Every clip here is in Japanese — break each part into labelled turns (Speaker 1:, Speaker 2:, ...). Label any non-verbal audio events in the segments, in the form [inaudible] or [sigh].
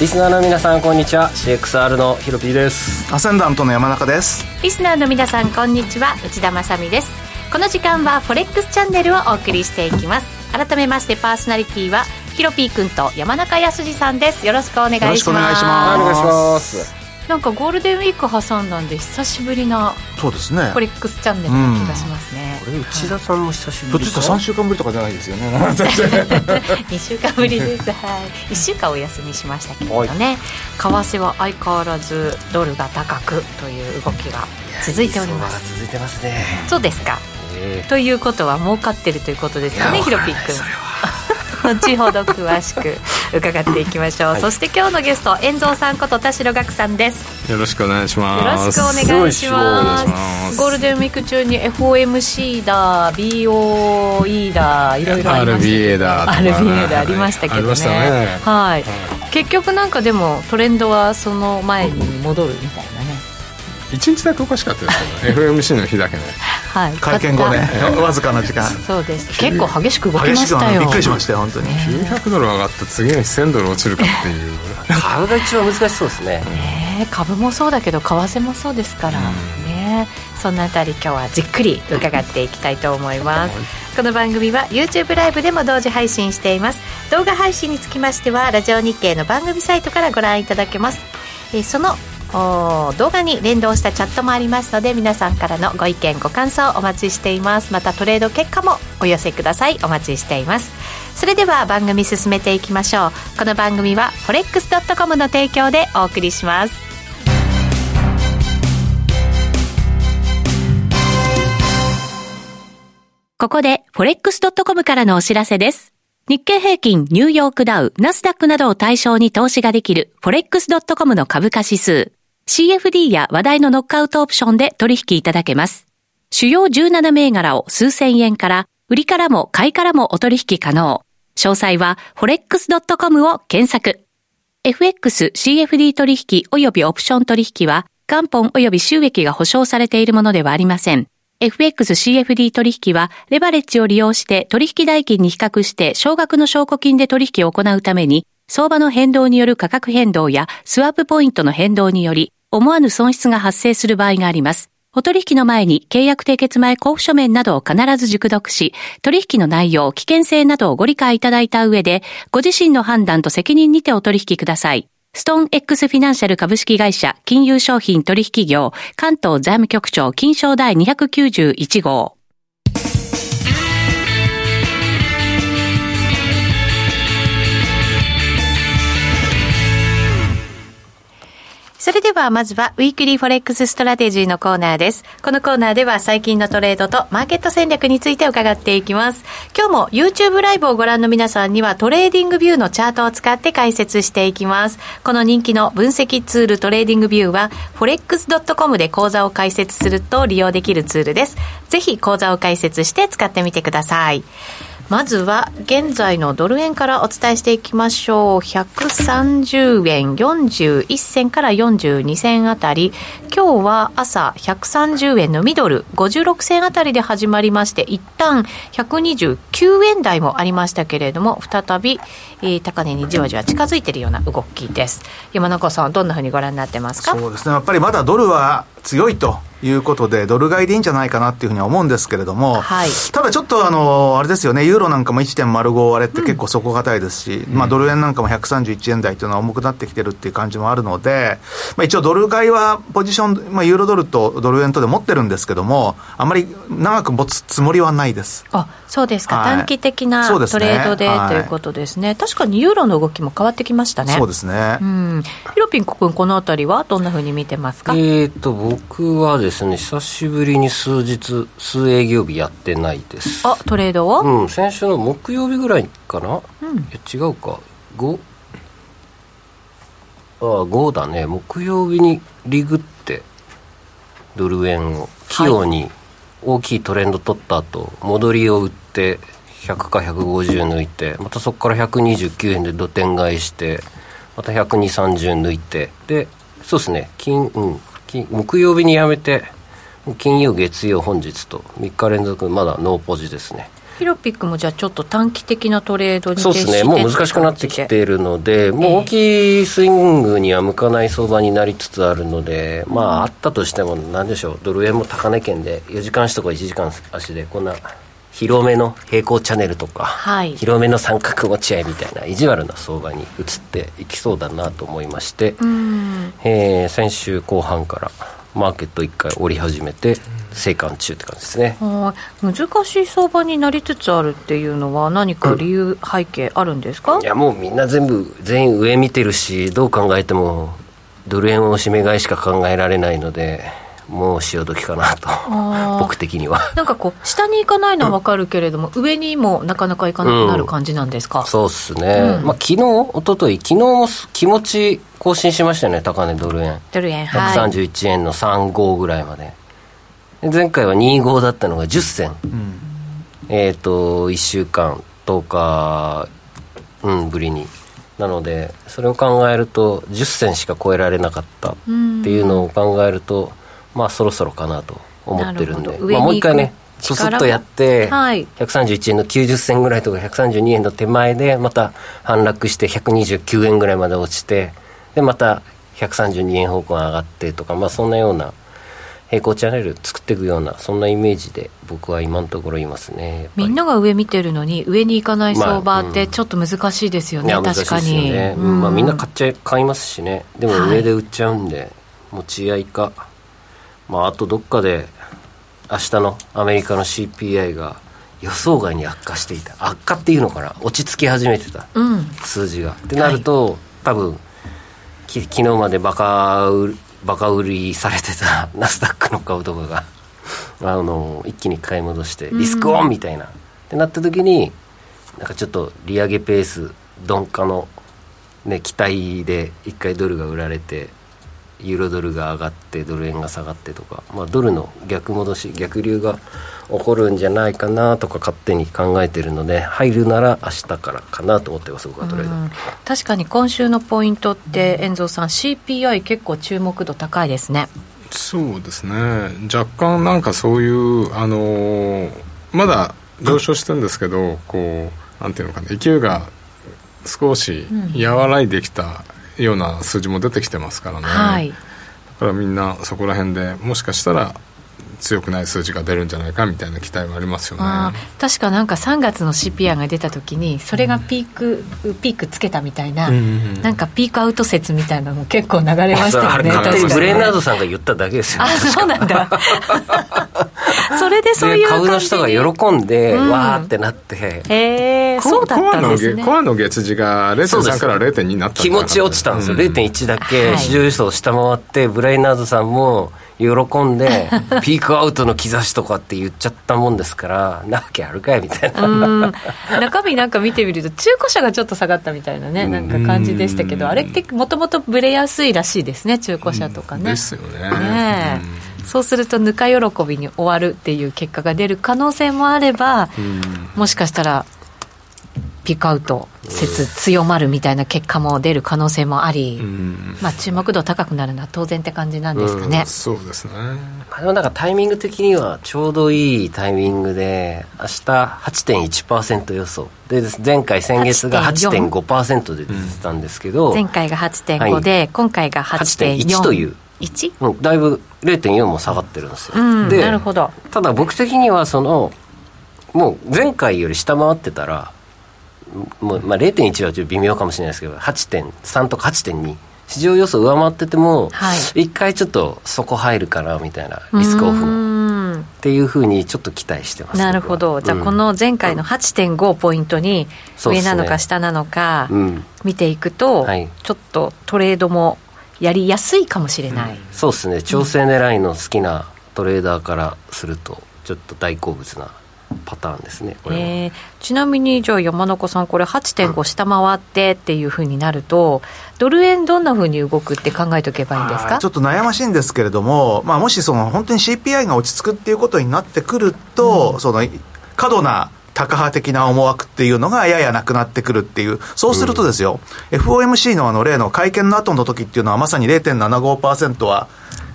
Speaker 1: リスナーの皆さんこんにちは CXR のヒロピーです
Speaker 2: アセンダントの山中です
Speaker 3: リスナーの皆さんこんにちは内田まさみですこの時間はフォレックスチャンネルをお送りしていきます改めましてパーソナリティはヒロピーくんと山中康二さんですよろしくお願いします
Speaker 2: よろしくお願いしま
Speaker 1: お願いします
Speaker 3: なんかゴールデンウィーク挟んだんで久しぶりな
Speaker 2: そうですね
Speaker 3: フォレックスチャンネルな気がしますね、
Speaker 1: これ内田さんも久しぶ
Speaker 2: ひょ
Speaker 1: り
Speaker 2: っと
Speaker 1: で
Speaker 2: し
Speaker 1: す
Speaker 2: たら3週間ぶりとかじゃないですよね
Speaker 3: 2週間ぶりです、はい、1週間お休みしましたけれどね、為替は相変わらずドルが高くという動きが続いております。
Speaker 1: 続いてますね、
Speaker 3: そうですか
Speaker 1: え
Speaker 3: ということは儲かってるということですかねひろぴっくん
Speaker 2: それは
Speaker 3: 後ほど詳しく伺っていきましょう、そして今日のゲスト遠藤さんこと田代岳さんです
Speaker 4: [laughs] よろしくお願いしま
Speaker 3: よろし
Speaker 4: す。
Speaker 3: くお願いします
Speaker 4: すごいです
Speaker 3: ゴールデンウィーク中に FOMC だ BOE だいろいろありましたけ
Speaker 4: RBA
Speaker 3: ど
Speaker 4: だとかね
Speaker 3: RBA だありましたけ
Speaker 4: あり
Speaker 3: ど
Speaker 4: ました
Speaker 3: ね
Speaker 4: ね。
Speaker 3: はい、結局なんかでもトレンドはその前に戻るみたいなね、
Speaker 4: 一日だけおかしかったですけどね、FMC の日だけね。
Speaker 3: はい、
Speaker 2: 会見後ね
Speaker 3: 買っ
Speaker 2: わずかな時間
Speaker 3: たそうです結構激しく動きま
Speaker 2: 激し
Speaker 3: し
Speaker 2: く
Speaker 3: た
Speaker 2: あの
Speaker 3: よ
Speaker 2: びっくりしましたよ本当に
Speaker 4: 900ドル上がって次の日1000ドル落ちるかって
Speaker 3: [laughs]
Speaker 4: いう。
Speaker 1: ー、株が一番難しそうですね、
Speaker 3: ね株もそうだけど為替もそうですから、ねそんなあたり今日はじっくり伺っていきたいと思いますこの番組は YouTube ライブでも同時配信しています動画配信につきましてはラジオ日経の番組サイトからご覧いただけます、えーそのおー動画に連動したチャットもありますので皆さんからのご意見ご感想お待ちしていますまたトレード結果もお寄せくださいお待ちしていますそれでは番組進めていきましょうこの番組は forex.com の提供でお送りしますここで forex.com からのお知らせです。日経平均、ニューヨークダウ、ナスダックなどを対象に投資ができる forex.com の株価指数。CFD や話題のノックアウトオプションで取引いただけます。主要17銘柄を数千円から、売りからも買いからもお取引可能。詳細は forex.com を検索。FX、CFD 取引及びオプション取引は、元本及び収益が保証されているものではありません。FX、CFD 取引は、レバレッジを利用して取引代金に比較して、少額の証拠金で取引を行うために、相場の変動による価格変動や、スワップポイントの変動により、思わぬ損失が発生する場合があります。お取引の前に契約締結前交付書面などを必ず熟読し、取引の内容、危険性などをご理解いただいた上で、ご自身の判断と責任にてお取引ください。ストーン X フィナンシャル株式会社金融商品取引業関東財務局長金賞第291号。それではまずはウィークリーフォレックスストラテジーのコーナーです。このコーナーでは最近のトレードとマーケット戦略について伺っていきます。今日も YouTube ライブをご覧の皆さんにはトレーディングビューのチャートを使って解説していきます。この人気の分析ツールトレーディングビューは forex.com で講座を開設すると利用できるツールです。ぜひ講座を開設して使ってみてください。まずは現在のドル円からお伝えしていきましょう130円41銭から42銭あたり今日は朝130円のミドル56銭あたりで始まりまして一旦129円台もありましたけれども再び、えー高値にじわじわ近づいているような動きです山中さんどんなふうにご覧になってますか
Speaker 2: そうですねやっぱりまだドルは強いということでドル買いでいいんじゃないかなっていうふうには思うんですけれども、
Speaker 3: はい
Speaker 2: ただちょっとあのあれですよねユーロなんかも1.05割れって結構底堅いですし、まあ、ドル円なんかも131円台というのは重くなってきてるっていう感じもあるので、まあ、一応ドル買いはポジション、まあ、ユーロドルとドル円とで持ってるんですけどもあまり長く持つつもりはないです
Speaker 3: あそうですか、
Speaker 2: はい
Speaker 3: 短期的な
Speaker 2: そうです
Speaker 3: ト
Speaker 2: ね
Speaker 3: レードで
Speaker 2: はい
Speaker 3: ということですね、確かにユーロの動きも変わってきましたね
Speaker 2: そうですね、
Speaker 3: うん、ヒロピン君、このあたりはどんなふうに見てますか、
Speaker 1: えー、と僕はですね久しぶりに数日数営業日やってないです
Speaker 3: あトレードを、
Speaker 1: うん、先週の木曜日ぐらいかな、いや違うか5ああ5だね木曜日にリグってドル円を器用に大きいトレンド取った後戻りを売って100か150抜いてまたそこから129円で土点買いしてまた12030抜いてでそうですね金、うん、金木曜日にやめて金曜月曜本日と3日連続まだノーポジですね
Speaker 3: ピロピックもじゃあちょっと短期的なトレードに
Speaker 1: そうですね、もう難しくなってきているので、もう大きいスイングには向かない相場になりつつあるので、まあ、あったとしても、なんでしょう、ドル円も高値圏で、4時間足とか1時間足で、こんな広めの平行チャンネルとか、
Speaker 3: はい
Speaker 1: 広めの三角落合みたいな、意地悪な相場に移っていきそうだなと思いまして、
Speaker 3: うん
Speaker 1: えー先週後半から、マーケット1回折り始めて、生還中って感じですね。
Speaker 3: はい難しい相場になりつつあるっていうのは何か理由、背景あるんですか
Speaker 1: いやもうみんな全部全員上見てるしどう考えてもドル円を締め買いしか考えられないのでもう潮時かなと
Speaker 3: あー
Speaker 1: 僕的には
Speaker 3: なんかこう下に行かないのは分かるけれども、上にもなかなか行かなくなる感じなんですか、
Speaker 1: そうっすね、
Speaker 3: うん
Speaker 1: まあ昨日一昨日昨日もす気持ち更新しましたよね高値ドル円
Speaker 3: ドル円はい
Speaker 1: 131円の35ぐらいまでで前回は25だったのが10銭
Speaker 2: うん
Speaker 1: えっ、と1週間10日、うん、ぶりになのでそれを考えると10銭しか超えられなかったっていうのを考えるとまあそろそろかなと思ってるんで
Speaker 3: なるほど上に
Speaker 1: まあ、もう一回ね
Speaker 3: 行
Speaker 1: そ
Speaker 3: く
Speaker 1: そっとやって、
Speaker 3: はい
Speaker 1: 131円の90銭ぐらいとか132円の手前でまた反落して129円ぐらいまで落ちてでまた132円方向上がってとか、まあ、そんなような平行チャンネル作っていくようなそんなイメージで僕は今のところいますねやっぱり
Speaker 3: みんなが上見てるのに上に行かない相場っ
Speaker 1: まあう
Speaker 3: て
Speaker 1: ん
Speaker 3: ちょっと難しいですよ
Speaker 1: い
Speaker 3: ね、
Speaker 1: や難しい
Speaker 3: 確か
Speaker 1: ですよ
Speaker 3: に、
Speaker 1: ね、
Speaker 3: う
Speaker 1: まあ、みんな買っちゃい買いますしねでも上で売っちゃうんで、持ち合いか、まあ、あとどっかで明日のアメリカの CPI が予想外に悪化していた悪化っていうのかな落ち着き始めてた
Speaker 3: うん
Speaker 1: 数字がってなると、多分き昨日までバカ売りバカ売りされてた [laughs] ナスダックの株とかがあの一気に買い戻してリスクオンみたいな、ってなった時になんかちょっと利上げペース鈍化の、ね、期待で一回ドルが売られてユーロドルが上がってドル円が下がってとか、まあ、ドルの逆戻し逆流が起こるんじゃないかなとか勝手に考えてるので入るなら明日からかなと思ってます僕はとりあえず。
Speaker 3: うん確かに今週のポイントって遠藤さん CPI 結構注目度高いですね
Speaker 4: そうですね若干なんかそういうあのーまだ上昇してるんですけどこうなんていうのかな勢いが少し和らいできたような数字も出てきてますからね、
Speaker 3: はい
Speaker 4: だからみんなそこら辺でもしかしたら強くない数字が出るんじゃないかみたいな期待はありますよね
Speaker 3: あー確かなんか3月の CPI が出た時にそれがピーク、ピークつけたみたいな、なんかピークアウト説みたいなの結構流れまし
Speaker 1: それ
Speaker 3: た
Speaker 1: あ
Speaker 3: よ
Speaker 1: れ
Speaker 3: ね
Speaker 1: 勝手
Speaker 3: 確
Speaker 1: に
Speaker 3: か
Speaker 1: ブ
Speaker 3: に
Speaker 1: レナードさんが言っただけですよ
Speaker 3: あそうなんだそれでそうい
Speaker 1: で
Speaker 3: う感
Speaker 1: 株
Speaker 3: じ
Speaker 1: の人が喜んで、
Speaker 3: うん
Speaker 1: わーってなって
Speaker 3: へえ
Speaker 4: コ
Speaker 3: そうだったんですね
Speaker 4: コアのげコアの月次が
Speaker 1: そうで
Speaker 4: 0.3
Speaker 1: す
Speaker 4: から0.2になったんだか
Speaker 1: 気持
Speaker 4: ら
Speaker 1: ち落ちたんですよ、
Speaker 4: う
Speaker 1: 0.1だ
Speaker 3: は
Speaker 1: け
Speaker 3: い
Speaker 1: 市場予想を下回って、ブライナーズさんも喜んで
Speaker 3: [laughs]
Speaker 1: ピークアウトの兆しとかって言っちゃったもんですからなわけあるかいみたいな、
Speaker 3: うん中身なんか見てみると中古車がちょっと下がったみたいなねなんか感じでしたけどあれってもともとブレやすいらしいですね中古車とかね。
Speaker 4: ですよね
Speaker 3: ねえそうするとぬか喜びに終わるっていう結果が出る可能性もあればもしかしたらピークアウト説強まるみたいな結果も出る可能性もあり、
Speaker 4: うんうん
Speaker 3: まあ、注目度高くなるのは当然って感じなんですかね。
Speaker 4: そうですね
Speaker 1: まあでもなんかタイミング的にはちょうどいいタイミングで明日8.1%予想で前回先月が
Speaker 3: 8.4
Speaker 1: 8.5%で出てたんですけど、
Speaker 3: 前回が8.5
Speaker 1: はい
Speaker 3: で、今回が8.4
Speaker 1: 8.1という
Speaker 3: 1
Speaker 1: うんだいぶ0.4も下がってるんですよ、
Speaker 3: うん
Speaker 1: で
Speaker 3: なるほど
Speaker 1: ただ僕的にはそのもう前回より下回ってたらもうまあ0.1はちょっと微妙かもしれないですけど8.3とか8.2市場予想上回ってても、
Speaker 3: はい
Speaker 1: 一回ちょっとそこ入るかなみたいなリスクオフの
Speaker 3: の
Speaker 1: っていうふうにちょっと期待してます
Speaker 3: なるほど
Speaker 1: 僕
Speaker 3: じ
Speaker 1: は
Speaker 3: ゃあこの前回の8.5をポイントに
Speaker 1: そうで
Speaker 3: 上
Speaker 1: すね
Speaker 3: なのか下なのか
Speaker 1: うん、うん
Speaker 3: 見ていくと、
Speaker 1: はい
Speaker 3: ちょっとトレードもやりやすいかもしれない、
Speaker 1: そうですね調整狙いの好きなトレーダーからするとちょっと大好物なパターンですねこれは、
Speaker 3: えーちなみにじゃあ山中さんこれ8.5下回ってっていうふうになると、ドル円どんなふうに動くって考えとけばいいんです
Speaker 2: あー
Speaker 3: か
Speaker 2: ちょっと悩ましいんですけれども、まあ、もしその本当に CPI が落ち着くっていうことになってくると、その過度なタカ派的な思惑っていうのがややなくなってくるっていう、そうするとですよ、FOMC のあの例の会見の後の時っていうのは、まさに0.75%は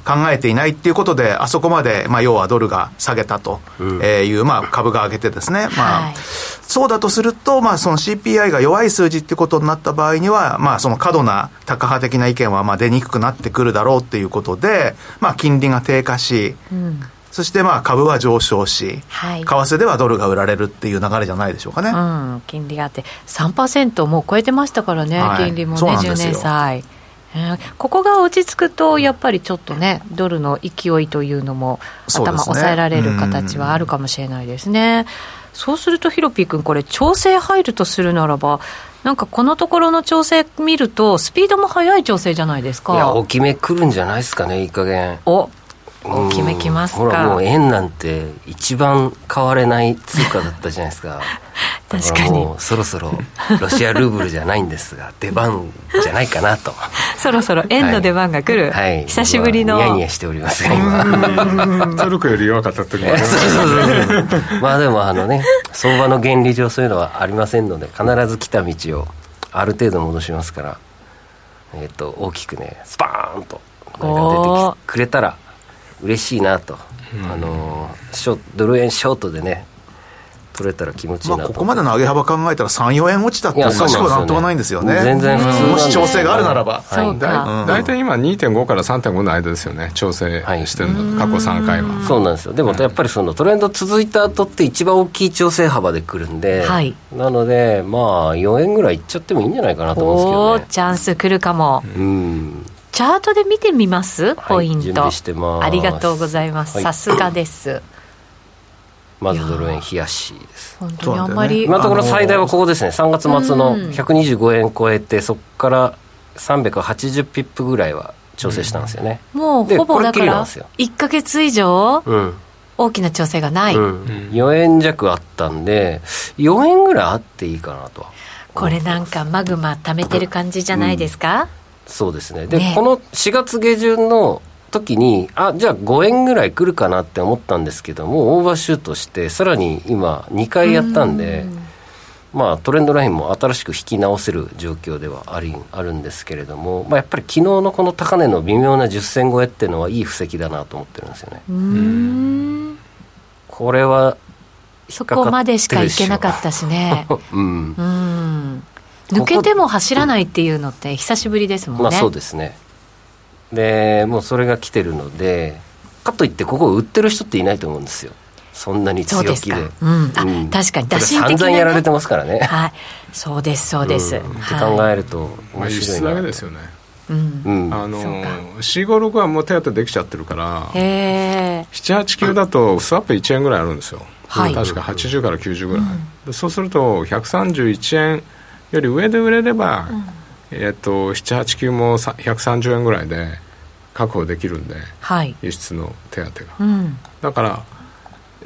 Speaker 2: 考えていないっていうことで、あそこまで、まあ、要はドルが下げたという、まあ、株が上げてですね、ま
Speaker 3: は
Speaker 2: あ
Speaker 3: い、
Speaker 2: そうだとすると、まあ、その CPI が弱い数字ってことになった場合には、まあ、その過度な高派的な意見はまあ出にくくなってくるだろうっていうことで、まあ、金利が低下し、そしてまあ株は上昇し、
Speaker 3: はい
Speaker 2: 為替ではドルが売られるっていう流れじゃないでしょう
Speaker 1: [laughs]
Speaker 2: かね。
Speaker 3: うん、金利があって3%もう超えてましたからね、
Speaker 2: はい
Speaker 3: 金利もね
Speaker 2: そうなん
Speaker 3: 10
Speaker 2: ですよ
Speaker 3: 年債、えーここが落ち着くとやっぱりちょっとねドルの勢いというのも
Speaker 2: そうです
Speaker 3: 頭
Speaker 2: ね
Speaker 3: 抑えられる形はあるかもしれないですねそうするとヒロピー君これ調整入るとするならばなんかこのところの調整見るとスピードも速い調整じゃないです
Speaker 1: いや
Speaker 3: か
Speaker 1: 大きめ来るんじゃないですかねいい加減
Speaker 3: お
Speaker 1: うん
Speaker 3: 大きめきます
Speaker 1: ほらも
Speaker 3: か
Speaker 1: う円なんて一番買われない通貨だったじゃないですか
Speaker 3: [laughs] 確か
Speaker 1: だら
Speaker 3: に
Speaker 1: もうそろそろロシアルーブルじゃないんですが出番じゃないか
Speaker 3: [laughs]
Speaker 1: なと
Speaker 3: [laughs] そろそろ円の出番が来る、
Speaker 1: はい
Speaker 3: 久しぶりの
Speaker 1: 僕はニヤニヤしておりますが今
Speaker 4: トルコより弱かったってこと
Speaker 1: え [laughs]
Speaker 4: ね
Speaker 1: そうそうそうそうまあでもあのね相場の原理上そういうのはありませんので必ず来た道をある程度戻しますからえっ、と大きくねスパーンと何
Speaker 3: お
Speaker 1: か
Speaker 3: ー
Speaker 1: 出てきくれたら嬉しいなと、あのショドル円ショートでね取れたら気持ちいい
Speaker 2: ま
Speaker 1: な
Speaker 2: あ、
Speaker 1: と
Speaker 2: ここまでの
Speaker 1: の
Speaker 2: 上げ幅考えたら3、4円落ちたっておかしくはなんともないんですよね。
Speaker 1: 全然普通なん
Speaker 2: も
Speaker 1: ですよ
Speaker 2: し調整があるならば。
Speaker 3: そう
Speaker 1: はい
Speaker 3: か、
Speaker 4: 大体今2.5から3.5の間ですよね調整してるの、過去3回は
Speaker 1: そうなんですよでもやっぱりそのトレンド続いた後って一番大きい調整幅でくるんで、
Speaker 3: はい
Speaker 1: なのでまあ4円ぐらいいっちゃってもいいんじゃないかなと思
Speaker 3: お
Speaker 1: うん
Speaker 3: お
Speaker 1: ですけ
Speaker 3: チャンス来るかも、
Speaker 1: どねうん
Speaker 3: チャートで見てみます、ポイン
Speaker 1: 準
Speaker 3: ト
Speaker 1: 備してます
Speaker 3: ありがとうございます
Speaker 1: はい
Speaker 3: さすがです
Speaker 1: まずドル円冷やしです
Speaker 3: 本当にあんまり、
Speaker 2: そう
Speaker 1: 今
Speaker 2: な
Speaker 1: の
Speaker 2: ん
Speaker 1: ところ最大はここですね3月末の
Speaker 3: うん
Speaker 1: 125円超えてそこから380ピップぐらいは調整したんですよね
Speaker 3: もう
Speaker 1: で
Speaker 3: ほぼ
Speaker 1: これっ
Speaker 3: だ
Speaker 1: き
Speaker 3: か
Speaker 1: りなん
Speaker 3: ら
Speaker 1: ですよ
Speaker 3: 1か月以上
Speaker 1: うん、
Speaker 3: 大きな調整がない、
Speaker 1: うん、4円弱あったんで4円ぐらいあっていいかなとは
Speaker 3: これなんかマグマ溜めてる感じじゃないですか、
Speaker 1: そうですねで
Speaker 3: ね
Speaker 1: この4月下旬の時にあじゃあ5円ぐらい来るかなって思ったんですけどもオーバーシュートしてさらに今2回やったんでまあトレンドラインも新しく引き直せる状況ではありあるんですけれども、まあ、やっぱり昨日のこの高値の微妙な10銭超えっていうのはいい布石だなと思ってるんですよねこれは
Speaker 3: そこまでしか行けなかったしね
Speaker 1: うん
Speaker 3: うん抜けても走らないっていうのって久しぶりですもんね、
Speaker 1: まあそうですねでもうそれが来てるのでかといってここを売ってる人っていないと思うんですよそんなに強
Speaker 3: そうです
Speaker 1: 気
Speaker 3: か
Speaker 1: で
Speaker 3: うんあ確かに
Speaker 1: これ
Speaker 3: 打診的なね
Speaker 1: 散々やられてますからね
Speaker 3: はいそうですそうです、
Speaker 1: うんって
Speaker 3: はい
Speaker 1: 考えると
Speaker 4: まあ
Speaker 1: 面
Speaker 4: 輸
Speaker 1: 白い
Speaker 4: 出
Speaker 1: な、
Speaker 4: だけですよね
Speaker 3: うん
Speaker 1: うん
Speaker 4: あの
Speaker 3: そうか
Speaker 4: 456はもう手当てできちゃってるから
Speaker 3: へえ
Speaker 4: 789だとスワップ1円ぐらいあるんですよ、
Speaker 3: はい
Speaker 4: 確か80から90ぐらい、でそうすると131円より上で売れれば、えっと789もさ130円ぐらいで確保できるんで
Speaker 3: はい
Speaker 4: 輸出の手当が
Speaker 3: うん
Speaker 4: だから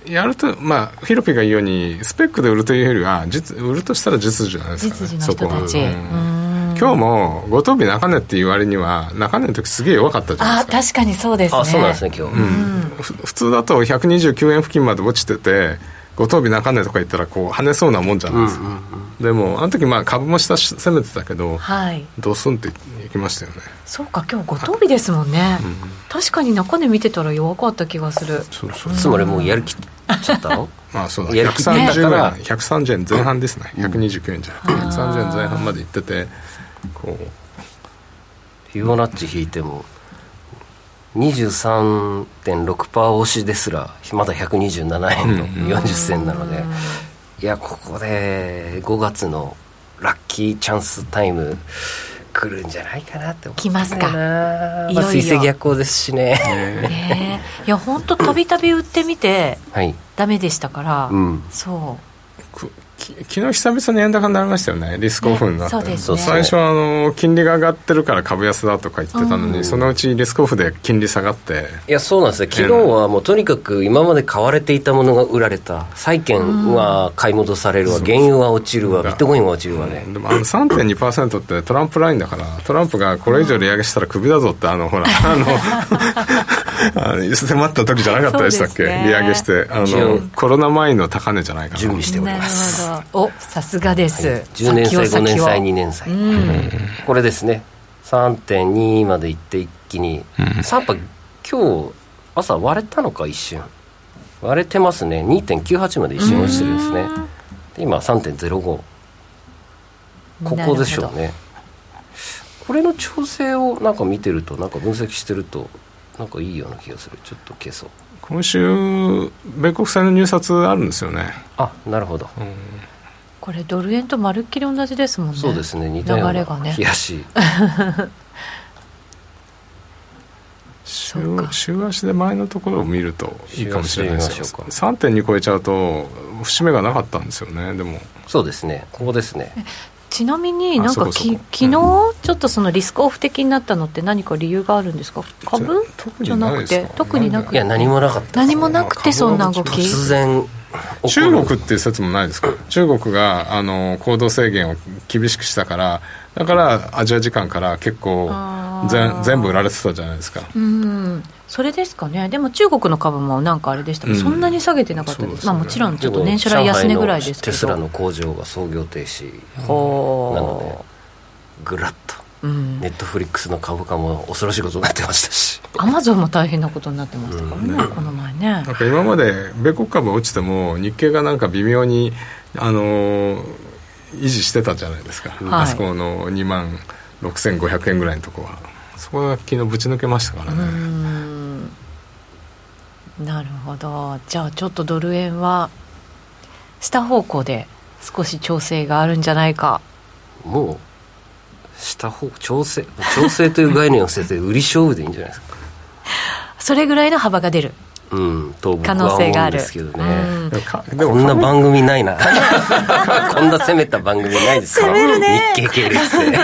Speaker 4: やるとまあヒロピが言うようにスペックで売るというよりは実売るとしたら実需じゃないですか、ね、
Speaker 3: 実需の人た
Speaker 4: そ
Speaker 3: ち
Speaker 4: こはうん今日も五等日中値っていう割には中値の時すげえ弱かったじゃない
Speaker 3: あ
Speaker 4: ですか
Speaker 3: 確かにそうですね
Speaker 1: あそうなんですね今日、
Speaker 4: ふ普通だと129円付近まで落ちてて五等日中値とか言ったらこう跳ねそうなもんじゃないですか、でもあの時まあ株も下し攻めてたけど
Speaker 3: はい
Speaker 4: ドスンっていきましたよね
Speaker 3: そうか今日五等日ですもんね、確かに中根見てたら弱かった気がする
Speaker 4: そうそう
Speaker 1: つまりもうやる気ちゃったの
Speaker 4: まあそうだ
Speaker 1: やる気ね
Speaker 4: 130
Speaker 1: だか
Speaker 4: 円
Speaker 1: ら
Speaker 4: 130円前半ですね、129円じゃなくて130円前半まで行っててこう
Speaker 1: フィボナッチ引いても23.6%押しですらまだ127円の40銭なので、いやここで5月のラッキーチャンスタイム来るんじゃないかなって思って
Speaker 3: 来ますか
Speaker 1: まあ
Speaker 3: いよいよ
Speaker 1: 水星逆行ですしね
Speaker 3: ねえいや本当たびたび売ってみて
Speaker 1: [laughs] はい
Speaker 3: ダメでしたから、
Speaker 1: うん
Speaker 3: そう
Speaker 4: くき昨日久々に円高になりましたよねリスクオフになって、
Speaker 3: ねそうですね
Speaker 4: 最初はあの金利が上がってるから株安だとか言ってたのに、そのうちリスクオフで金利下がって
Speaker 1: いやそうなんですね昨日はもうとにかく今まで買われていたものが売られた債券は買い戻されるわ、原油は落ちるわビットコインは落ちるわね、
Speaker 4: でもあの3.2%ってトランプラインだからトランプがこれ以上利上げしたらクビだぞってあのほらあのあの迫った時じゃなかったでしたっ
Speaker 3: そう
Speaker 4: け、
Speaker 3: ですね
Speaker 4: 利上げしてあ
Speaker 1: 一応
Speaker 4: のコロナ前の高値じゃないかな
Speaker 1: 準備しており
Speaker 3: なる
Speaker 1: ます
Speaker 3: ほどおさすがです、
Speaker 1: 10年債5年債2
Speaker 3: に
Speaker 1: 年債、
Speaker 3: うん
Speaker 1: これですね3.2までいって一気に、3波今日朝割れたのか一瞬割れてますね2.98まで一瞬落ちてるんですねで今3.05ここでしょうねこれの調整をなんか見てるとなんか分析してるとなんかいいような気がするちょっと消そう
Speaker 4: 今週米国債の入札あるんですよね、
Speaker 1: あなるほど、
Speaker 3: これドル円とまるっきり同じですもんね
Speaker 1: そうですね似たよう
Speaker 3: 流
Speaker 1: な
Speaker 3: れがね
Speaker 1: 冷やし、
Speaker 4: 週
Speaker 3: うか
Speaker 4: 週足で前のところを見るといいかもしれないです
Speaker 1: 週
Speaker 4: よ
Speaker 1: 足で見ま
Speaker 4: 3.2超えちゃうと節目がなかったんですよねでも
Speaker 1: そうですねここですね
Speaker 3: ちなみになん
Speaker 4: あそ
Speaker 3: か
Speaker 4: こそ
Speaker 3: き
Speaker 4: こ
Speaker 3: 昨日ちょっとそのリスクオフ的になったのって何か理由があるんですか株
Speaker 4: じゃ特
Speaker 3: じゃ
Speaker 4: に
Speaker 3: な
Speaker 4: ない
Speaker 3: く
Speaker 4: です
Speaker 3: て
Speaker 4: か
Speaker 3: 特になく
Speaker 1: いや何もなかった
Speaker 3: 何もなくてそんな動き
Speaker 1: 突然起こ
Speaker 4: 中
Speaker 1: る
Speaker 4: 国っていう説もないですか中国があの行動制限を厳しくしたからだからアジア時間から結構
Speaker 3: あー
Speaker 4: 全全部売られてたじゃないですか
Speaker 3: うんそれですかねでも中国の株もなんかあれでしたけど、
Speaker 4: うん
Speaker 3: そんなに下げてなかったです
Speaker 4: そうですね
Speaker 3: まあもちろんちょっと年初来安値ぐらいですけ
Speaker 1: テスラ
Speaker 3: ど
Speaker 1: の工場が操業停止
Speaker 3: ほう
Speaker 1: なのでぐらっと
Speaker 3: うん
Speaker 1: ネットフリックスの株価も恐ろしいことになってましたし
Speaker 3: アマゾンも大変なことになってましたからね、この前ね
Speaker 4: なんか今まで米国株落ちても日経がなんか微妙に、あのー維持してたじゃないですか、
Speaker 3: はい
Speaker 4: あそこの2万6500円ぐらいのとこはそこが昨日ぶち抜けましたからね、
Speaker 3: うんなるほどじゃあちょっとドル円は下方向で少し調整があるんじゃないか
Speaker 1: もうした方調整調整という概念を捨てて売り勝負でいいんじゃないですか
Speaker 3: それぐらいの幅が出る
Speaker 1: うんと僕
Speaker 3: 可
Speaker 1: は
Speaker 3: 能
Speaker 1: 思
Speaker 3: 性が
Speaker 1: う
Speaker 3: あ
Speaker 1: ん
Speaker 3: る
Speaker 1: ですけど
Speaker 3: う
Speaker 1: ね
Speaker 3: ん
Speaker 4: でもかで
Speaker 1: こんな番組ない [laughs] なこんな攻めた番組ないですから日経系列で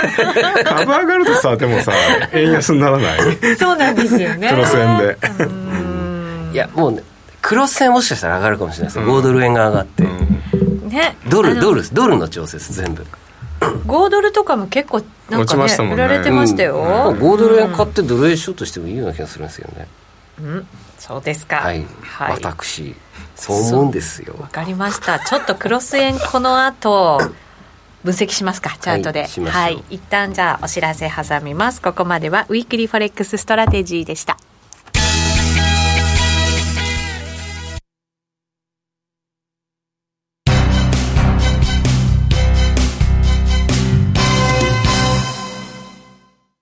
Speaker 4: 株上がるとさでもさ円安になら
Speaker 3: [laughs]
Speaker 4: ない
Speaker 3: そうなんですよね
Speaker 4: クロス円で
Speaker 1: いやもうねクロス線もしかしたら上がるかもしれないですよ、5ドル円が上がって、
Speaker 3: ね
Speaker 1: ド
Speaker 3: あ
Speaker 1: ル
Speaker 3: の
Speaker 1: ドルですドルの調整です全部
Speaker 3: 5ドルとかも結構なん
Speaker 4: 落ち
Speaker 3: か
Speaker 4: ま
Speaker 3: ね
Speaker 4: したもん
Speaker 3: 売
Speaker 4: ね
Speaker 3: られてましたよ、
Speaker 1: うんまあ5ドル円買ってドル円ショートしてもいいような気がするんですよね、
Speaker 3: そうですか
Speaker 1: はい、
Speaker 3: はい、わ
Speaker 1: 私そう思うんですよ
Speaker 3: かりましたちょっとクロス円この後分析しますかチャートで
Speaker 1: は
Speaker 3: はいい、
Speaker 1: しましょう
Speaker 3: 一旦じゃあお知らせ挟みますここまではウィークリーフォレックスストラテジーでした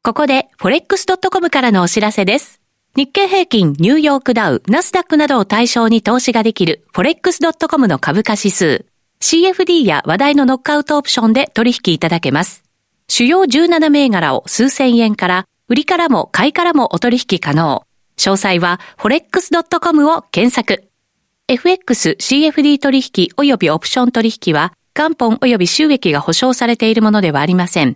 Speaker 5: ここで forex.com からのお知らせです。日経平均、ニューヨークダウ、ナスダックなどを対象に投資ができる forex.com の株価指数。CFD や話題のノックアウトオプションで取引いただけます。主要17銘柄を数千円から、売りからも買いからもお取引可能。詳細は forex.com を検索。FX、CFD 取引及びオプション取引は、元本及び収益が保証されているものではありません。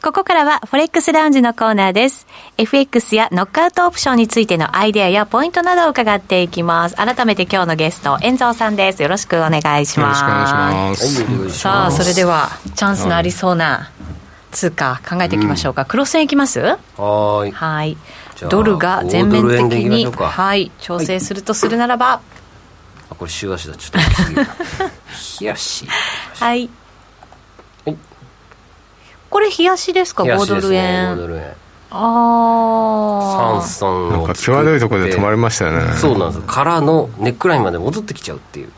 Speaker 3: ここからはフォレックスラウンジのコーナーです。FX やノックアウトオプションについてのアイデアやポイントなどを伺っていきます。改めて今日のゲスト、遠蔵さんです。よろしくお願いし
Speaker 4: よ
Speaker 3: ま
Speaker 4: ろし
Speaker 3: す。
Speaker 4: くお願いします、
Speaker 1: す
Speaker 3: さあ、それではチャンスのありそうな通貨考えていきましょうか。クロス円いきます
Speaker 1: はーい
Speaker 3: はい
Speaker 1: じゃあ。
Speaker 3: ドルが全面
Speaker 1: 5ドル円でいき
Speaker 3: 的
Speaker 1: ま
Speaker 3: に、
Speaker 1: しょうか
Speaker 3: はい、調整するとするならば、
Speaker 1: あこれ週足だちょっと待って
Speaker 3: [laughs]
Speaker 1: 次冷やし
Speaker 3: はい。
Speaker 1: はい
Speaker 3: これ、冷やしですか、
Speaker 1: 冷や
Speaker 3: 5
Speaker 1: し
Speaker 3: ド
Speaker 1: です
Speaker 3: ル
Speaker 1: ね
Speaker 3: 円。
Speaker 1: 5ドル円
Speaker 3: あ
Speaker 1: 三
Speaker 3: あ。
Speaker 1: 尊
Speaker 4: なん
Speaker 1: を
Speaker 4: か
Speaker 1: 作
Speaker 4: 際どいところで止まりましたよね
Speaker 1: そうなんですよからのネックラインまで戻ってきちゃうっていう、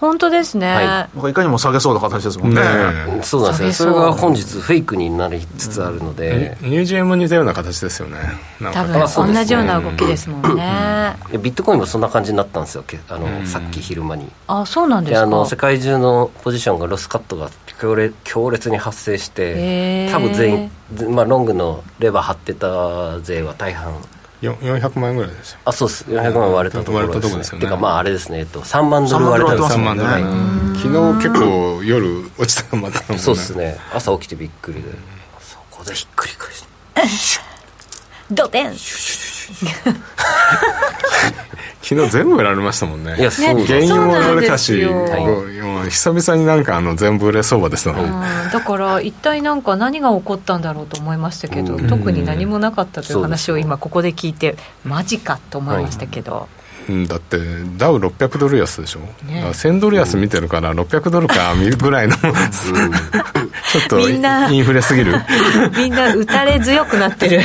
Speaker 3: 本当ですね。
Speaker 1: は
Speaker 2: なんかいかにも下げそうな形ですもんね
Speaker 4: ね
Speaker 1: そうなんですよそ
Speaker 3: そう
Speaker 1: れが本日フェイクになりつつあるので、
Speaker 4: ニュージーも似たような形ですよねなん
Speaker 3: 多
Speaker 4: か
Speaker 3: 分
Speaker 1: あそうですね
Speaker 3: 同じような動きですもんね。
Speaker 1: いやビットコインもそんな感じになったんですよけあの、さっき昼間に
Speaker 3: あ、そうなんで
Speaker 1: ですあ
Speaker 3: か。
Speaker 1: の世界中のポジションがロスカットが強烈強烈に発生して
Speaker 3: へー
Speaker 1: 多分全員、ぜまあ、ロングのレバー張ってた勢は大半
Speaker 4: よ400万円ぐらいですよ
Speaker 1: あそうです400万割れたところ
Speaker 4: 割れ
Speaker 1: で
Speaker 4: た
Speaker 1: すね
Speaker 4: ところですよね
Speaker 1: てかまああれですね、えっと、3万ドル割れたんです
Speaker 2: 3
Speaker 4: 3
Speaker 1: よ
Speaker 2: 万
Speaker 4: 万
Speaker 2: ド
Speaker 4: ド
Speaker 2: ル
Speaker 4: ル、
Speaker 2: ね
Speaker 4: 昨日結構夜落ちたのまたもんね
Speaker 1: そうですね朝起きてびっくりでそこでひっくり返して
Speaker 3: ドテン
Speaker 4: 昨日全部売られましたもんね
Speaker 1: いやそうだ
Speaker 4: 原油も売られたし
Speaker 3: そうなんですよ
Speaker 4: こうもう久々になんかあの全部売れ相場でしたもん
Speaker 3: うんだから一体なんか何が起こったんだろうと思いましたけど、
Speaker 1: うん
Speaker 3: 特に何もなかったという
Speaker 1: そうで
Speaker 3: 話
Speaker 1: す
Speaker 3: を今ここで聞いてマジかと思いましたけど、
Speaker 4: うんだってダウ600ドル安でしょ、
Speaker 3: ね
Speaker 4: だから1000ドル安見てるから600ドルか見るぐらいのちょっと
Speaker 3: みんな
Speaker 4: インフレすぎる
Speaker 3: [laughs] みんな打たれ強くなってる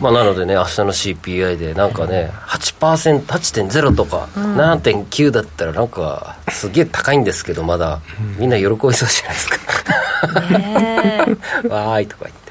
Speaker 1: まあ、なのでね、明日の CPI で、なんかね、8%、8.0とか、7.9だったら、なんか、すげえ高いんですけど、まだ、みんな喜びそうじゃないですか。
Speaker 3: ねえ
Speaker 1: [laughs] わーいとか言って。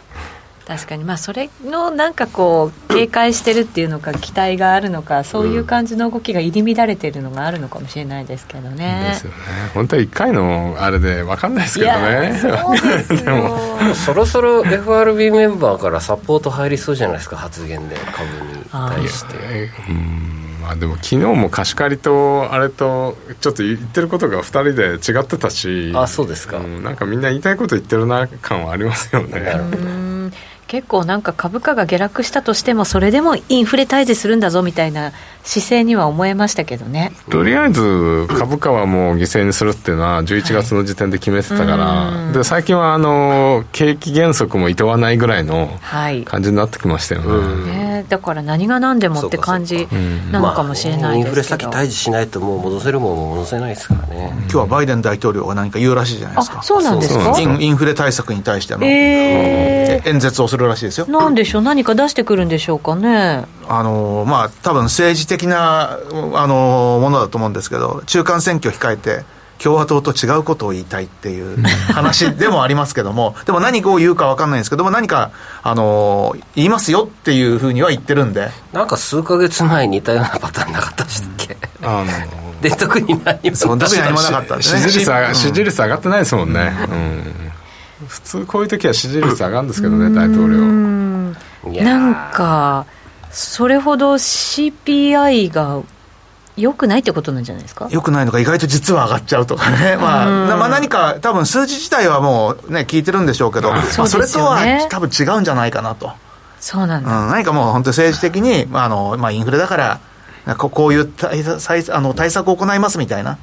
Speaker 3: 確かにまあそれのなんかこう警戒してるっていうのか期待があるのかそういう感じの動きが入り乱れてるのがあるのかもしれないですけどね
Speaker 4: で、すよね本当は1回のあれで分かんないです
Speaker 3: い
Speaker 4: けど
Speaker 3: やそう
Speaker 4: ね [laughs]
Speaker 3: ですよ
Speaker 1: そろそろ FRB メンバーからサポート入りそうじゃないですか、発言で、株に対して。
Speaker 4: えーうんまあでも昨日も貸し借りとあれとちょっと言ってることが2人で違ってたし
Speaker 1: あそうですか
Speaker 4: んなんかみんな言いたいこと言ってるな感はありますよ
Speaker 1: なる
Speaker 4: ね
Speaker 1: ほど。
Speaker 3: うん結構なんか株価が下落したとしてもそれでもインフレ退治するんだぞみたいな姿勢には思えましたけどね
Speaker 4: とりあえず株価はもう犠牲にするっていうのは11月の時点で決めてたから、
Speaker 3: はいうん
Speaker 4: で最近はあの景気減速もいとわないぐらいの
Speaker 3: はい、
Speaker 4: 感じになってきましたよね、
Speaker 1: うん
Speaker 3: ね、だから何が何でもって感じなのかもしれない
Speaker 1: イン
Speaker 3: で
Speaker 1: フレ
Speaker 3: す
Speaker 1: 先
Speaker 3: けど、
Speaker 1: 退治しないと、もう戻せるもんも戻せないですからね。
Speaker 2: 今日はバイデン大統領が何か言うらしいじゃないですか
Speaker 3: あそうなんです
Speaker 4: そうなん
Speaker 3: か
Speaker 4: で
Speaker 2: インインフレ対策に対しての、
Speaker 3: え
Speaker 2: 演説をするらしいですよ
Speaker 3: ー、なんでしょう何か出してくるんでしょうかね
Speaker 2: あのまあ多分政治的なあのものだと思うんですけど中間選挙を控えて共和党と違うことを言いたいっていう話でもありますけどもでも何を言うか分かんないんですけども何かあの言いますよっていうふうには言ってるんで
Speaker 1: なんか数ヶ月前似たようなパターンなかったでしたっけ
Speaker 4: あの
Speaker 1: で、特に何も。
Speaker 2: そう特に何もなかったんで
Speaker 4: 支
Speaker 2: すね
Speaker 4: 持率上が、
Speaker 2: うん
Speaker 4: 支持率上がってないですもんね、うん普通こういう時は支持率上がるんですけどね大統領
Speaker 3: うん
Speaker 1: いやー
Speaker 3: なんかそれほど CPI が良くないってことなんじゃないですか
Speaker 2: 良くないのか意外と実は上がっちゃうとかね、まあ、なまあ何か多分数字自体はもうね聞いてるんでしょうけど、まあ
Speaker 3: そう
Speaker 2: そ
Speaker 3: で
Speaker 2: れ
Speaker 3: す
Speaker 2: と
Speaker 3: よね
Speaker 2: は多分違うんじゃないかなと。
Speaker 3: そうなん
Speaker 2: うん、
Speaker 3: だ、
Speaker 2: 何かもう本当に政治的に、まああのまあ、インフレだから、なんかこういう対策あの対策を行いますみたいな、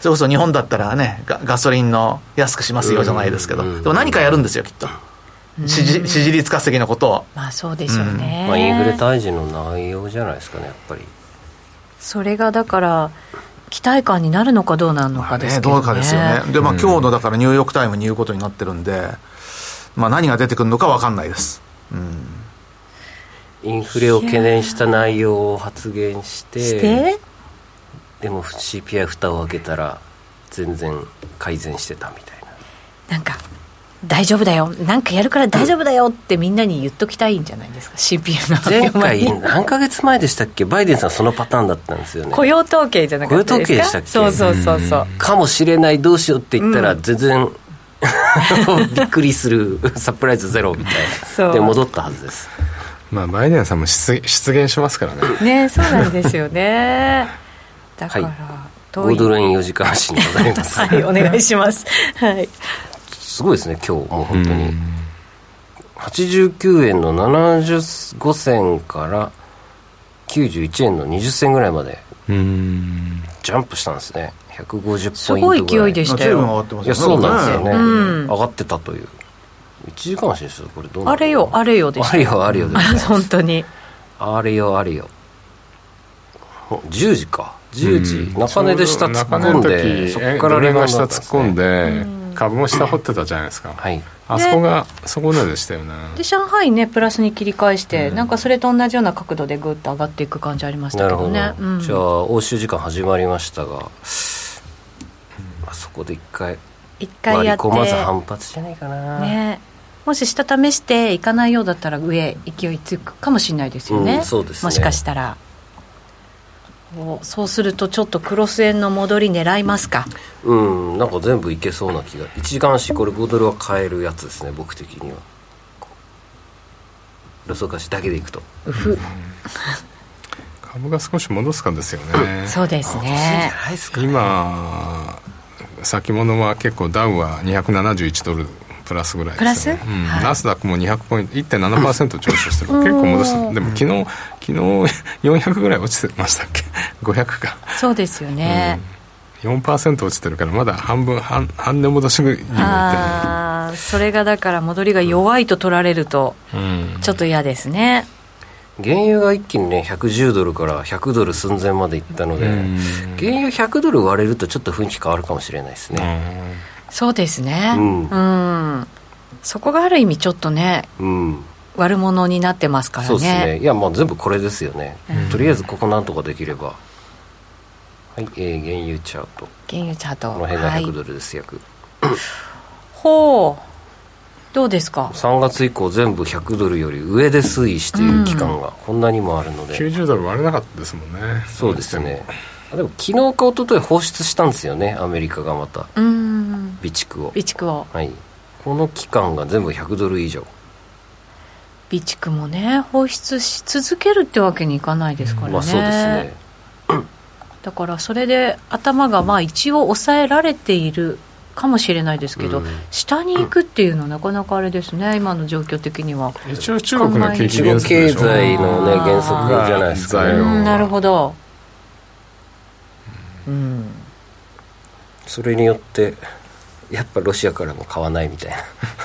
Speaker 2: それこそ日本だったらね、ガガソリンの安くしますよじゃないですけど、
Speaker 1: うん
Speaker 2: でも何かやるんですよ、きっと、支持支持率稼ぎのことを。
Speaker 3: まあそうでしょうね、
Speaker 1: まあ、インフレ退治の内容じゃないですかね、やっぱり。
Speaker 3: それがだから期待感になるのかどうなのかです
Speaker 2: ね
Speaker 3: けどね,、
Speaker 2: どうかですよね、で、まあ今日のだからニューヨーク・タイムに言うことになってるんで、まあ、何が出てくるのか分かんないです。
Speaker 1: インフレを懸念した内容を発言して
Speaker 3: して
Speaker 1: でも CPI 蓋を開けたら全然改善してたみたいな
Speaker 3: なんか大丈夫だよなんかやるから大丈夫だよってみんなに言っときたいんじゃないですか CPI の発
Speaker 1: 前
Speaker 3: 表前
Speaker 1: 回
Speaker 3: に
Speaker 1: 何ヶ月前でしたっけバイデンさんそのパターンだったんですよ
Speaker 3: [laughs] 雇
Speaker 1: ね
Speaker 3: 用統計じゃなかったで
Speaker 1: 雇
Speaker 3: すか
Speaker 1: 用統計でしたっけ
Speaker 3: そうそうそうそう
Speaker 1: かもしれないどうしようって言ったら全然、 [laughs] びっくりするサプライズゼロみたい
Speaker 3: そう
Speaker 1: なで戻ったはずです
Speaker 4: まあバイデンさんも失失言しますからね
Speaker 3: ねそうなんです
Speaker 1: [laughs]
Speaker 3: よねだから、
Speaker 1: はい
Speaker 3: どう
Speaker 1: 5
Speaker 3: いう
Speaker 1: ドル円4時間足にござ
Speaker 3: [laughs]
Speaker 1: います
Speaker 3: はいお願いします
Speaker 1: [laughs]
Speaker 3: はい
Speaker 1: すごいですね今日もう本当に、89円の75銭から91円の20銭ぐらいまで
Speaker 4: うん
Speaker 1: ジャンプしたんですね150ポイントぐらい
Speaker 3: すごい勢いで
Speaker 1: し
Speaker 3: した
Speaker 2: 随分上が
Speaker 3: よ
Speaker 2: ってます
Speaker 1: いやそうなんですよね、
Speaker 3: うん
Speaker 1: 上がってたという1時間足ですよこれどうな
Speaker 3: あ
Speaker 1: の
Speaker 3: れよあれよでし
Speaker 1: あ
Speaker 3: た
Speaker 1: れよあれよで
Speaker 3: あ
Speaker 1: す
Speaker 3: [laughs] 本当に
Speaker 1: あれよあれよお10時か10時、中値で下突っ込んでそ
Speaker 4: 中根
Speaker 1: こ
Speaker 4: の時
Speaker 1: から
Speaker 4: ド
Speaker 1: レ
Speaker 4: ル
Speaker 1: バ
Speaker 4: が
Speaker 1: ウンド
Speaker 4: 下
Speaker 1: だ
Speaker 4: 突った
Speaker 1: んですね
Speaker 4: 込んで株も下掘ってたじゃないですか、
Speaker 1: はい
Speaker 4: あそこがそこねでしたよね
Speaker 3: で上海ねプラスに切り返して、なんかそれと同じような角度でぐっと上がっていく感じありました
Speaker 1: な
Speaker 3: け
Speaker 1: るほ
Speaker 3: ど
Speaker 1: ど、
Speaker 3: ね、うん
Speaker 1: じゃあ欧州時間始まりましたが、まあ、そこで一回
Speaker 3: 一回
Speaker 1: 割り
Speaker 3: やって
Speaker 1: 込まず反発じゃないかな、
Speaker 3: ねもし下試していかないようだったら上勢いつくかもしれないですよね,、
Speaker 1: うんそうですね
Speaker 3: もしかしたらおそうするとちょっとクロス円の戻り狙います
Speaker 1: [laughs]
Speaker 3: か
Speaker 1: うんなんか全部いけそうな気が1時間足これ5ドルは買えるやつですね僕的にはロソカシだけでいくと
Speaker 3: うふ
Speaker 4: 株が少し戻すかですよね
Speaker 3: そうですね
Speaker 1: ないです
Speaker 4: 今先物は結構ダウは271ドルプラスぐらいですよね
Speaker 3: プラス
Speaker 4: うん
Speaker 3: はい
Speaker 4: ナスダックも200ポイント1.7%上昇してる結構戻したでも昨日昨日400ぐらい落ちてましたっけ500か
Speaker 3: そうですよね、
Speaker 4: 4%落ちてるからまだ半分半半値戻しにもいってな
Speaker 3: ああそれがだから戻りが弱いと取られると
Speaker 4: い、うん、
Speaker 3: ちょっと嫌ですね、
Speaker 1: 原油が一気にね110ドルから100ドル寸前までいったので、
Speaker 4: うん
Speaker 1: 原油100ドル割れるとちょっと雰囲気変わるかもしれないですね、
Speaker 3: そうですね
Speaker 1: う
Speaker 3: うん、そこがある意味ちょっとね
Speaker 1: うん
Speaker 3: 悪者になってますからね
Speaker 1: そうですねいやまあ全部これですよね、とりあえずここなんとかできればはい、えー原油チャート
Speaker 3: 原油チャート
Speaker 1: この辺が
Speaker 3: はい
Speaker 1: 100ドルです、約
Speaker 3: ほうどうですか
Speaker 1: 3月以降全部100ドルより上で推移している期間がこんなにもあるので、
Speaker 4: 90ドル割れなかったですもんね
Speaker 1: そうですねあでも昨日か一昨日放出したんですよねアメリカがまた
Speaker 3: うん
Speaker 1: 備蓄を
Speaker 3: 備蓄を
Speaker 1: はいこの期間が全部100ドル以上
Speaker 3: 備蓄もね放出し続けるってわけにいかないですからね,、
Speaker 1: まあそうですね
Speaker 3: だからそれで頭がまあ一応抑えられているかもしれないですけど、
Speaker 1: うん
Speaker 3: 下に行くっていうのはなかなかあれですね今の状況的には、
Speaker 4: 一応中国の景気
Speaker 1: 中国
Speaker 4: 減速
Speaker 1: 経
Speaker 4: でしょ
Speaker 1: 済のね減速じゃないですか、
Speaker 4: う
Speaker 1: ね
Speaker 4: ん、
Speaker 3: うんなるほどうん
Speaker 1: それによってやっぱロシアからも買わないみたいな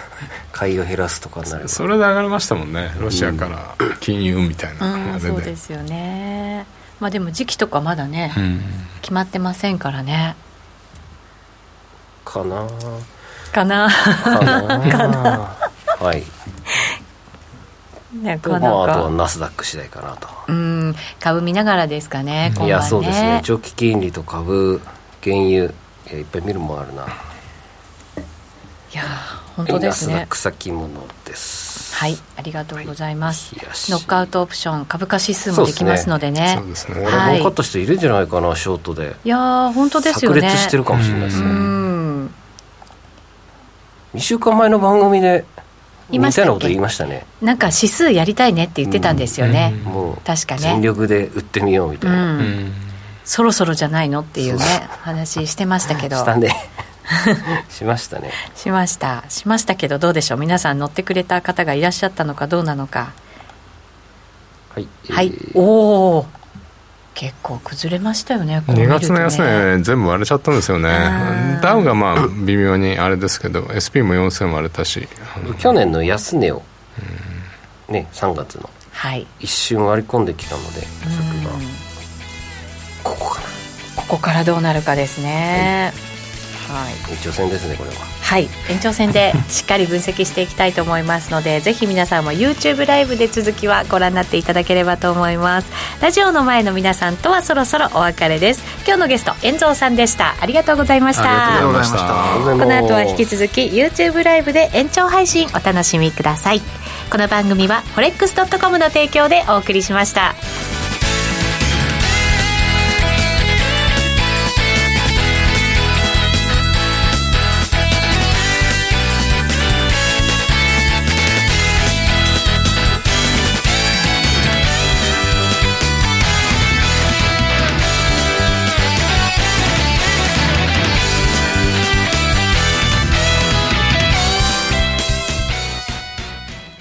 Speaker 1: [laughs] 買いを減らすとかになれば
Speaker 4: それで上がりましたもんねロシアから金融みたいな
Speaker 3: うん
Speaker 4: あれ
Speaker 3: そうですよねまあでも時期とかまだね
Speaker 4: うん
Speaker 3: 決まってませんからね
Speaker 1: かな
Speaker 3: かな
Speaker 1: かなはい
Speaker 3: な
Speaker 1: ま
Speaker 3: かな
Speaker 1: あ、あとは
Speaker 3: か
Speaker 1: ナスダック次第かなと
Speaker 3: うん株見ながらですかね今晩ね
Speaker 1: いやそうですね長期金利と株原油いやいっぱい見るもんあるない
Speaker 3: や本当です
Speaker 1: ナスダッ
Speaker 3: ね
Speaker 1: ク先物です
Speaker 3: はいありがとうございます、
Speaker 1: はいよし
Speaker 3: ノックアウトオプション株価指数もできますのでね
Speaker 4: そうです
Speaker 1: これ
Speaker 4: ね
Speaker 3: はい
Speaker 1: 儲かった人いるんじゃないかなショートで
Speaker 3: いやー本当ですよね
Speaker 1: 炸裂してるかもしれないです
Speaker 3: う
Speaker 1: ね
Speaker 3: ん
Speaker 1: 2週間前の番組で
Speaker 3: い
Speaker 1: 似
Speaker 3: ました
Speaker 1: た
Speaker 3: っ
Speaker 1: ような
Speaker 3: け
Speaker 1: こと言いましたね
Speaker 3: なんか指数やりたいねって言ってたんですよね、
Speaker 4: うん
Speaker 1: もう
Speaker 3: 確かね
Speaker 1: 全力で売ってみようみた
Speaker 3: う
Speaker 1: いな、
Speaker 3: ん
Speaker 4: うん
Speaker 3: そろそろじゃないのっていうね話してましたけど
Speaker 1: した
Speaker 3: [laughs]
Speaker 1: ねしましたね
Speaker 3: しましたしましたけどどうでしょう皆さん乗ってくれた方がいらっしゃったのかどうなのか
Speaker 1: はい、
Speaker 3: はい、
Speaker 1: えー
Speaker 3: おお結構崩れましたよねこう見
Speaker 4: 2
Speaker 3: ると
Speaker 4: 月の安値全部割れちゃったんですよ
Speaker 3: あ
Speaker 4: ね
Speaker 3: ー
Speaker 4: ダウがまあ微妙にあれですけど SP も4000割れたしあの
Speaker 1: 去年の安値を、ね、3月の
Speaker 3: はい
Speaker 1: 一瞬割り込んできたので昨晩ここかな
Speaker 3: ここからどうなるかですねはい
Speaker 1: 一応戦ですねこれは
Speaker 3: はい延長戦でしっかり分析していきたいと思いますので [laughs] ぜひ皆さんも YouTube ライブで続きはご覧になっていただければと思いますラジオの前の皆さんとはそろそろお別れです今日のゲスト遠蔵さんでしたありがとうございました
Speaker 4: ありがとうございました
Speaker 1: あり
Speaker 3: こ
Speaker 1: がとうご
Speaker 3: の後
Speaker 1: ざ
Speaker 3: はい
Speaker 1: ます
Speaker 3: 引き続き YouTube ライブで延長配信お楽しみくださいこの番組は forex.com の提供でお送りしました